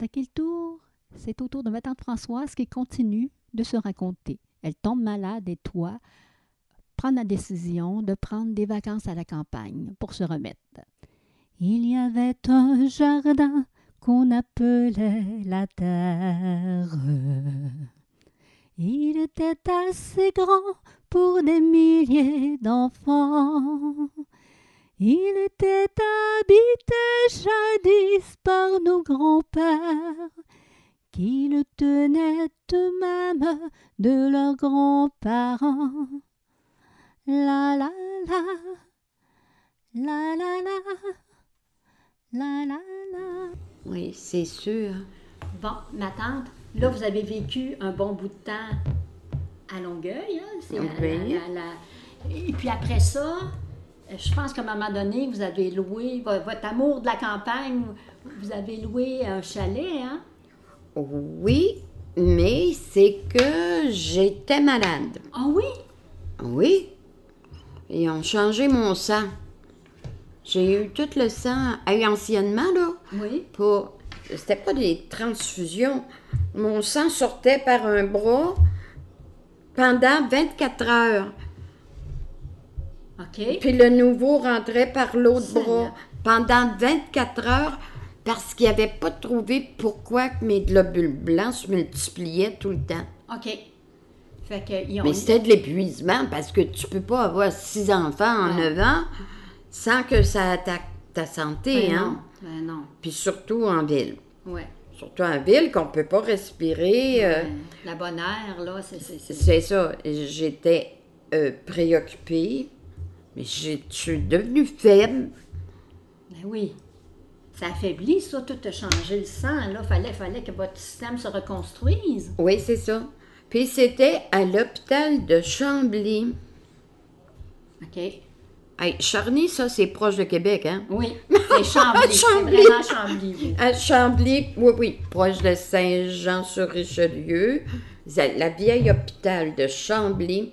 À quel tour C'est au tour de ma tante Françoise qui continue de se raconter. Elle tombe malade et toi, prend la décision de prendre des vacances à la campagne pour se remettre. Il y avait un jardin qu'on appelait la terre. Il était assez grand pour des milliers d'enfants. Il était habité jadis par nos grands-pères qui le tenaient eux-mêmes de leurs grands-parents. La la la, la la la, la la la. Oui, c'est sûr. Bon, ma tante, là, vous avez vécu un bon bout de temps à Longueuil. hein, c'est la- la- Longueuil. la- la- Et puis après ça, euh, je pense qu'à un moment donné, vous avez loué vo- votre amour de la campagne, vous avez loué un chalet, hein? Oui, mais c'est que j'étais malade. Ah oui? Oui. Ils ont changé mon sang. J'ai eu tout le sang. Ah oui, anciennement, là, Oui. pour. C'était pas des transfusions. Mon sang sortait par un bras pendant 24 heures. OK. Puis le nouveau rentrait par l'autre Seigneur. bras pendant 24 heures parce qu'il n'avait pas trouvé pourquoi que mes globules blancs se multipliaient tout le temps. OK. Fait que, ils ont... Mais c'était de l'épuisement parce que tu peux pas avoir six enfants en Non. neuf ans sans que ça attaque ta santé, Ben non. hein? Ben non. Puis surtout en ville. Ouais. Surtout en ville qu'on peut pas respirer. euh, Ben, la bonne air, là, c'est... c'est- c'est- C'est ça. J'étais euh, préoccupée, mais j'ai- je suis devenue faible. Ben oui. Ça affaiblit, ça, tout a changé le sang, là. Fallait, fallait que votre système se reconstruise. Oui, c'est ça. Puis c'était à l'hôpital de Chambly. OK. Hey, Charny, ça, c'est proche de Québec, hein? Oui. C'est Chambly. c'est Chambly. vraiment Chambly. oui. À Chambly, oui, oui, proche de Saint-Jean-sur-Richelieu, c'est la vieille hôpital de Chambly.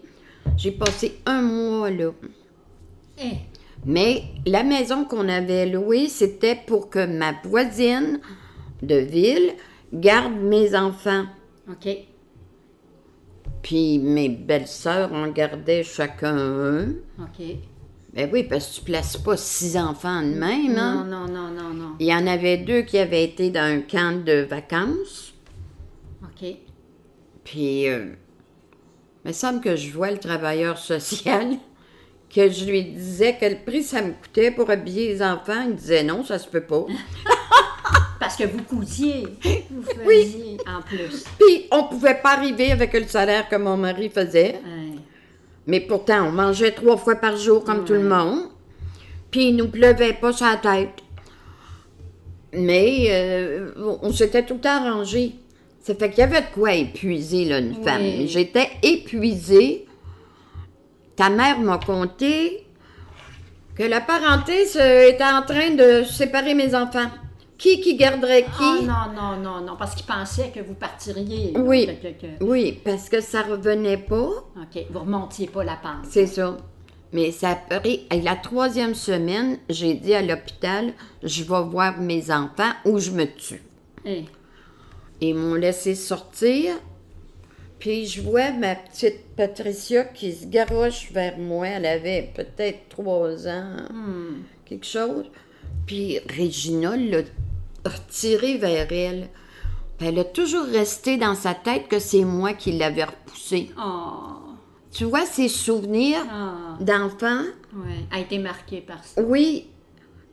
J'ai passé un mois là. Eh, Mais la maison qu'on avait louée, c'était pour que ma voisine de ville garde mes enfants. OK. Puis mes belles-sœurs en gardaient chacun un. OK. Ben oui, parce que tu places pas six enfants de même, hein? Non, non, non, non, non. Il y en avait deux qui avaient été dans un camp de vacances. OK. Puis, euh, il me semble que je vois le travailleur social, que je lui disais quel prix ça me coûtait pour habiller les enfants. Il disait non, ça se peut pas. Parce que vous cousiez. Vous faisiez en plus. Puis, on pouvait pas arriver avec le salaire que mon mari faisait. Ouais. Mais pourtant, on mangeait trois fois par jour comme tout le monde. Puis, il nous pleuvait pas sur la tête. Mais euh, on s'était tout le temps arrangé. Ça fait qu'il y avait de quoi épuiser là, une Oui. femme. J'étais épuisée. Ta mère m'a conté que la parenté se- était en train de séparer mes enfants. Qui qui garderait qui? Ah non, non, non, non. Parce qu'ils pensaient que vous partiriez. là, Oui. que- que- que- Oui, parce que ça revenait pas. OK. Vous remontiez pas la pente. C'est ça. Mais ça a pris. et La troisième semaine, j'ai dit à l'hôpital, je vais voir mes enfants ou je me tue. Eh, Ils m'ont laissé sortir. Puis je vois ma petite Patricia qui se garoche vers moi. Elle avait peut-être trois ans, Hmm. quelque chose. Puis Régina l'a retirée vers elle. Puis elle a toujours resté dans sa tête que c'est moi qui l'avais repoussée. Oh. Tu vois, ses souvenirs Ah. d'enfant, Ouais. A été marqué par ça. Oui,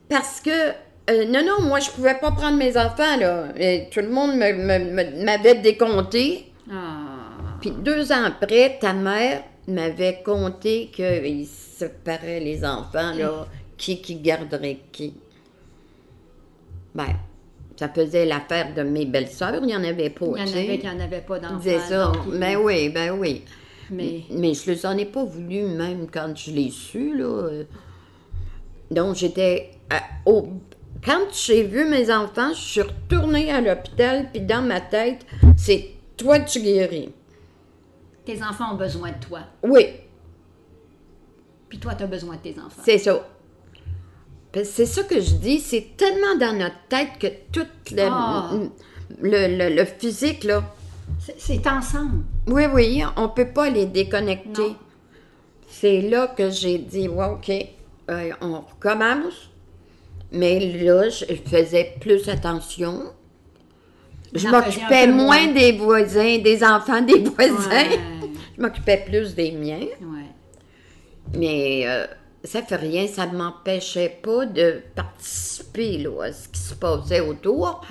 parce que. euh, non, non, moi, je pouvais pas prendre mes enfants, là. Et tout le monde me- me- me- m'avait décompté. Ah. Puis deux ans après, ta mère m'avait compté qu'ils séparaient les enfants, là. Qui qui garderait qui. Ben, ça faisait l'affaire de mes belles-sœurs. Il y en avait pas, Il y en tu sais. avait qui n'en avaient pas d'enfants. Disait ça. donc ils- Ben oui, ben oui. Mais Mais je les en ai pas voulu, même quand je l'ai su, là. euh. Donc, j'étais... à- au... Quand j'ai vu mes enfants, je suis retournée à l'hôpital, puis dans ma tête, c'est « toi, tu guéris tes enfants ont besoin de toi. ». Oui, Puis toi, tu as besoin de tes enfants. c'est ça. Parce que C'est ça que je dis, c'est tellement dans notre tête que toute la... Ah. le, le- le physique, là. C'est- C'est ensemble. Oui, oui, on peut pas les déconnecter. Non. C'est là que j'ai dit, ouais, OK, euh, on recommence. Mais là, je faisais plus attention. Je J'en faisais un m'occupais peu moins moins. des voisins, des enfants des voisins. Ouais. Je m'occupais plus des miens. Ouais. Mais euh, ça fait rien, ça ne m'empêchait pas de participer là, à ce qui se passait autour.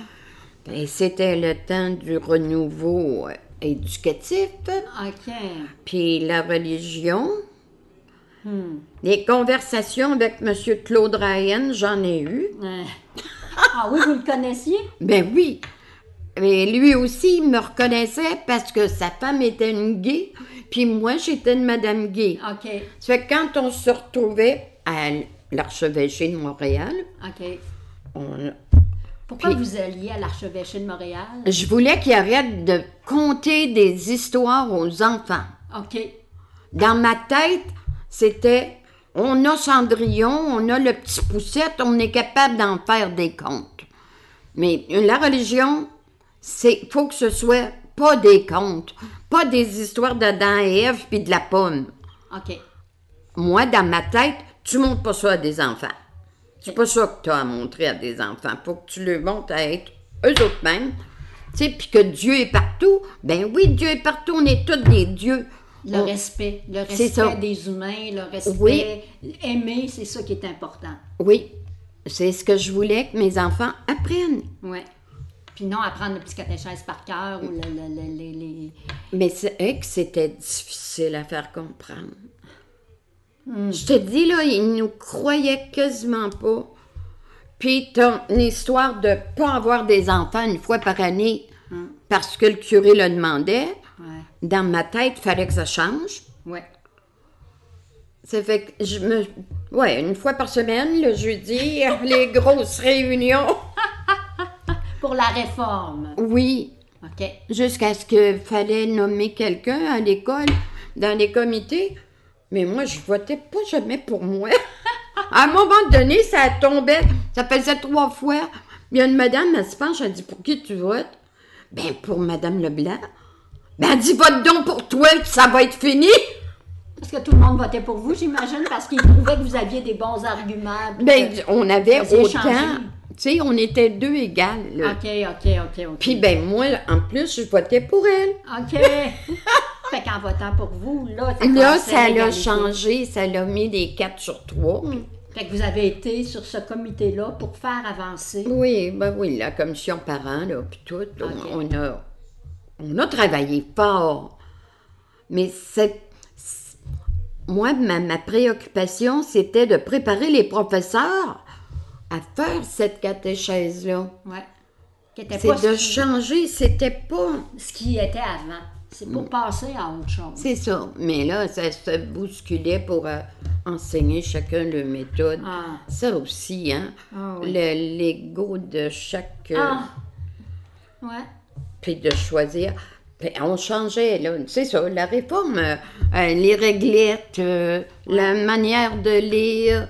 Et c'était le temps du renouveau euh, éducatif, OK. puis la religion. Hmm. Les conversations avec M. Claude Ryan, j'en ai eu. Ouais. Ah oui, vous le connaissiez? Ben oui. Mais lui aussi, il me reconnaissait parce que sa femme était une gay, puis moi, j'étais une madame gay. OK. Ça fait que quand on se retrouvait à l'archevêché de Montréal, OK. on- Pourquoi Puis- vous alliez à l'archevêché de Montréal? je voulais qu'il arrête de conter des histoires aux enfants. OK. Dans ma tête, c'était on a Cendrillon, on a le petit poussette, on est capable d'en faire des contes. Mais la religion, c'est faut que ce soit pas des contes, pas des histoires d'Adam et Ève puis de la pomme. OK. Moi, dans ma tête, tu montres pas ça à des enfants. C'est pas ça que tu as à montrer à des enfants. Faut que tu le montres à être eux autres mêmes. Tu sais, puis que Dieu est partout. Ben oui, Dieu est partout. On est tous des dieux. Le On- respect. Le Oh. C'est ça. respect des humains, le respect. Aimer, c'est ça qui est important. Oui, c'est ce que je voulais que mes enfants apprennent. Ouais. Puis non, apprendre le petit catéchèse par cœur ou le, le- le- les- les- Mais c'est vrai que c'était difficile à faire comprendre. Je te dis, là, ils nous croyaient quasiment pas. Puis ton histoire de pas avoir des enfants une fois par année parce que le curé le demandait, Ouais. dans ma tête, fallait que ça change. Ouais. Ça fait que je me. Ouais, une fois par semaine, le jeudi, les grosses réunions. Pour la réforme. Oui, OK. jusqu'à ce qu'il fallait nommer quelqu'un à l'école, dans les comités. Mais moi, je votais pas jamais pour moi. À un moment donné, ça tombait. Ça faisait trois fois. Il y a une madame, elle se penche, elle dit Pour qui tu votes Ben, pour Madame Leblanc. Ben, elle dit Vote donc pour toi, puis ça va être fini. Parce que tout le monde votait pour vous, j'imagine, parce qu'ils trouvaient que vous aviez des bons arguments. puis Ben, que- on avait Euh, Vous avez changé. Ah. autant. Tu sais, on était deux égales. là. OK, OK, OK, OK. Puis, ben, moi, en plus, je votais pour elle. OK. fait qu'en votant pour vous, là, ça Là, commençait ça l'a l'égalité. Mm. changé. Ça l'a mis des quatre sur trois. Fait que vous avez été sur ce comité-là pour faire avancer. Oui, ben oui, la commission parents, là, puis tout, on- Ok. on, a, on a travaillé fort. Mais c'est, c'est- moi, ma, ma préoccupation, c'était de préparer les professeurs à faire cette catéchèse-là. Ouais. Qui était pas C'est de ce, qui, changer, c'était pas... ce qui était avant. C'est Mm. pour passer à autre chose. C'est ça, mais là, ça se bousculait pour euh, enseigner chacun leur méthode. Ah. Ça aussi, hein, Ah oui. le, l'ego de chaque... euh, Ah. Ouais. puis de choisir. Puis on changeait, là. C'est ça, la réforme, euh, euh, les réglettes, euh, la manière de lire.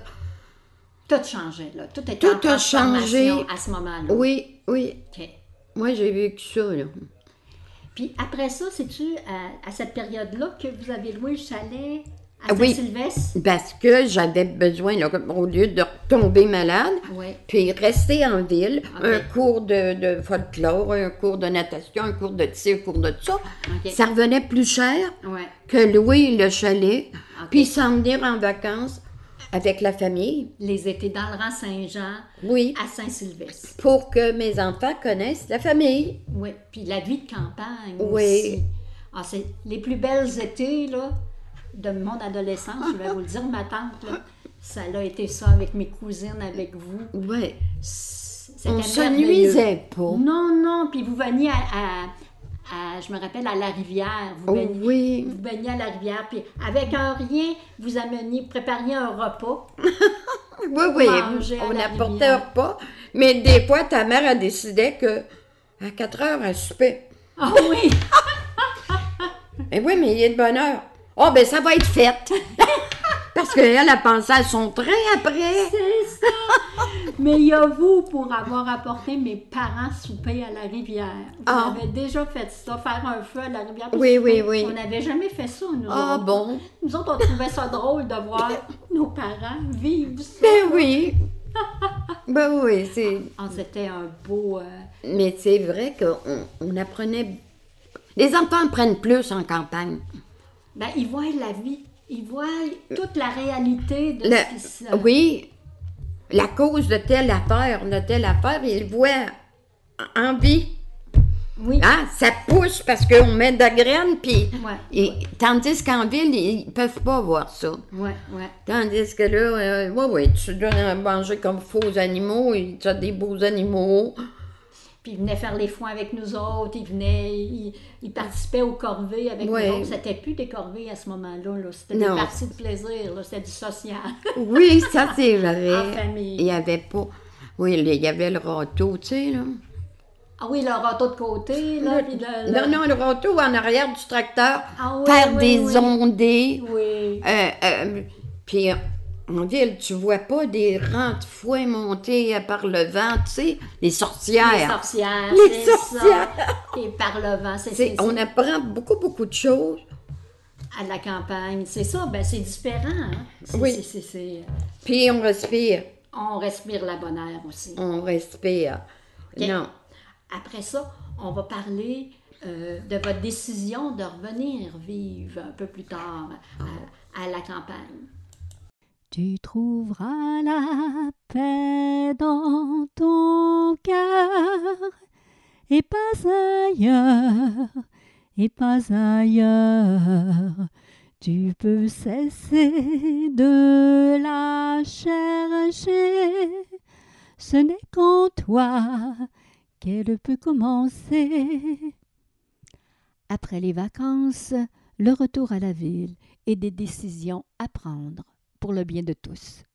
Tout changeait, là. Tout était Tout en a changé. transformation à ce moment-là. Oui, oui. OK. Moi, j'ai vécu ça, là. Puis après ça, c'est-tu euh, à, à cette période-là que vous avez loué le chalet à Ah oui. Saint-Sylvestre? Parce que j'avais besoin, là, comme au lieu de tomber malade, Ouais. puis rester en ville, Ok. un cours de, de folklore, un cours de natation, un cours de tir, un cours de ça, Ok. ça revenait plus cher Ouais. que louer le chalet, Ok. puis s'en venir en vacances avec la famille. Les étés dans le rang Saint-Jean Oui. à Saint-Sylvestre. pour que mes enfants connaissent la famille. Oui. Puis la vie de campagne Oui. aussi. Ah, c'est les plus belles étés, là, de mon adolescence, je vais vous le dire, ma tante, là, ça a été ça avec mes cousines, avec vous. Oui. C'était On se merveilleux. nuisait pas. Non, non, puis vous veniez à, à- à- je me rappelle, à la rivière. Vous Oh veniez, oui. vous veniez à la rivière, puis avec un rien, vous ameniez, vous prépariez un repas. Oui, oui. Manger à On la apportait un rivière. repas. Mais des fois, ta mère, elle décidait que à 4 heures, elle soupait. Ah oui! Mais oui, mais il est de bonne heure. Oh, ben ça va être fait. Parce qu'elle a pensé à son train après. C'est ça. Mais il y a vous pour avoir apporté mes parents souper à la rivière. Vous Ah. avez déjà fait ça, faire un feu à la rivière. pour Oui, souper. oui, oui. On n'avait jamais fait ça, nous Ah autres. bon? Nous autres, on trouvait ça drôle de voir nos parents vivre ça. Ben oui. Ben oui, c'est. Ah, C'était un beau... euh, Mais c'est vrai qu'on on apprenait. Les enfants apprennent plus en campagne. Ben, ils voient la vie. Ils voient toute la réalité de Le- ce qui se... Oui, la cause de telle affaire, de telle affaire, ils le voient en- en vie. Oui. Ah, ça pousse parce qu'on met de la graine, puis. Ouais. et- Tandis qu'en ville, ils peuvent pas voir ça. Ouais, ouais. Tandis que là, euh, ouais, ouais, tu donnes à manger comme faux aux animaux, et tu as des beaux animaux. Puis ils venaient faire les foins avec nous autres, ils venaient, ils, ils participaient aux corvées avec Ouais. nous autres. C'était plus des corvées à ce moment-là, là. c'était Non. des parties de plaisir, là. c'était du social. Oui, ça c'est vrai. En famille. Il y avait pas. Oui, il y avait le râteau, tu sais, là. ah oui, le râteau de côté, là, puis le- le- Non, non, le râteau en arrière du tracteur. Ah oui, faire oui, des oui. ondées. Oui. Euh, euh, puis euh, en ville, tu vois pas des rangs de fouet montés euh, par le vent, tu sais, les Les sorcières. sorcières, Les c'est sorcières. ça. Et par le vent, c'est C'est- c'est ça. on apprend beaucoup, beaucoup de choses. À la campagne, c'est ça, ben c'est différent. hein. C'est- Oui. c'est- c'est- c'est- euh, Puis on respire, On respire la bonne air aussi. on respire. Ok. Non. Après ça, on va parler euh, de votre décision de revenir vivre un peu plus tard euh, à, à la campagne. Tu trouveras la paix dans ton cœur et pas ailleurs, et pas ailleurs. Tu peux cesser de la chercher, ce n'est qu'en toi qu'elle peut commencer. Après les vacances, le retour à la ville et des décisions à prendre pour le bien de tous.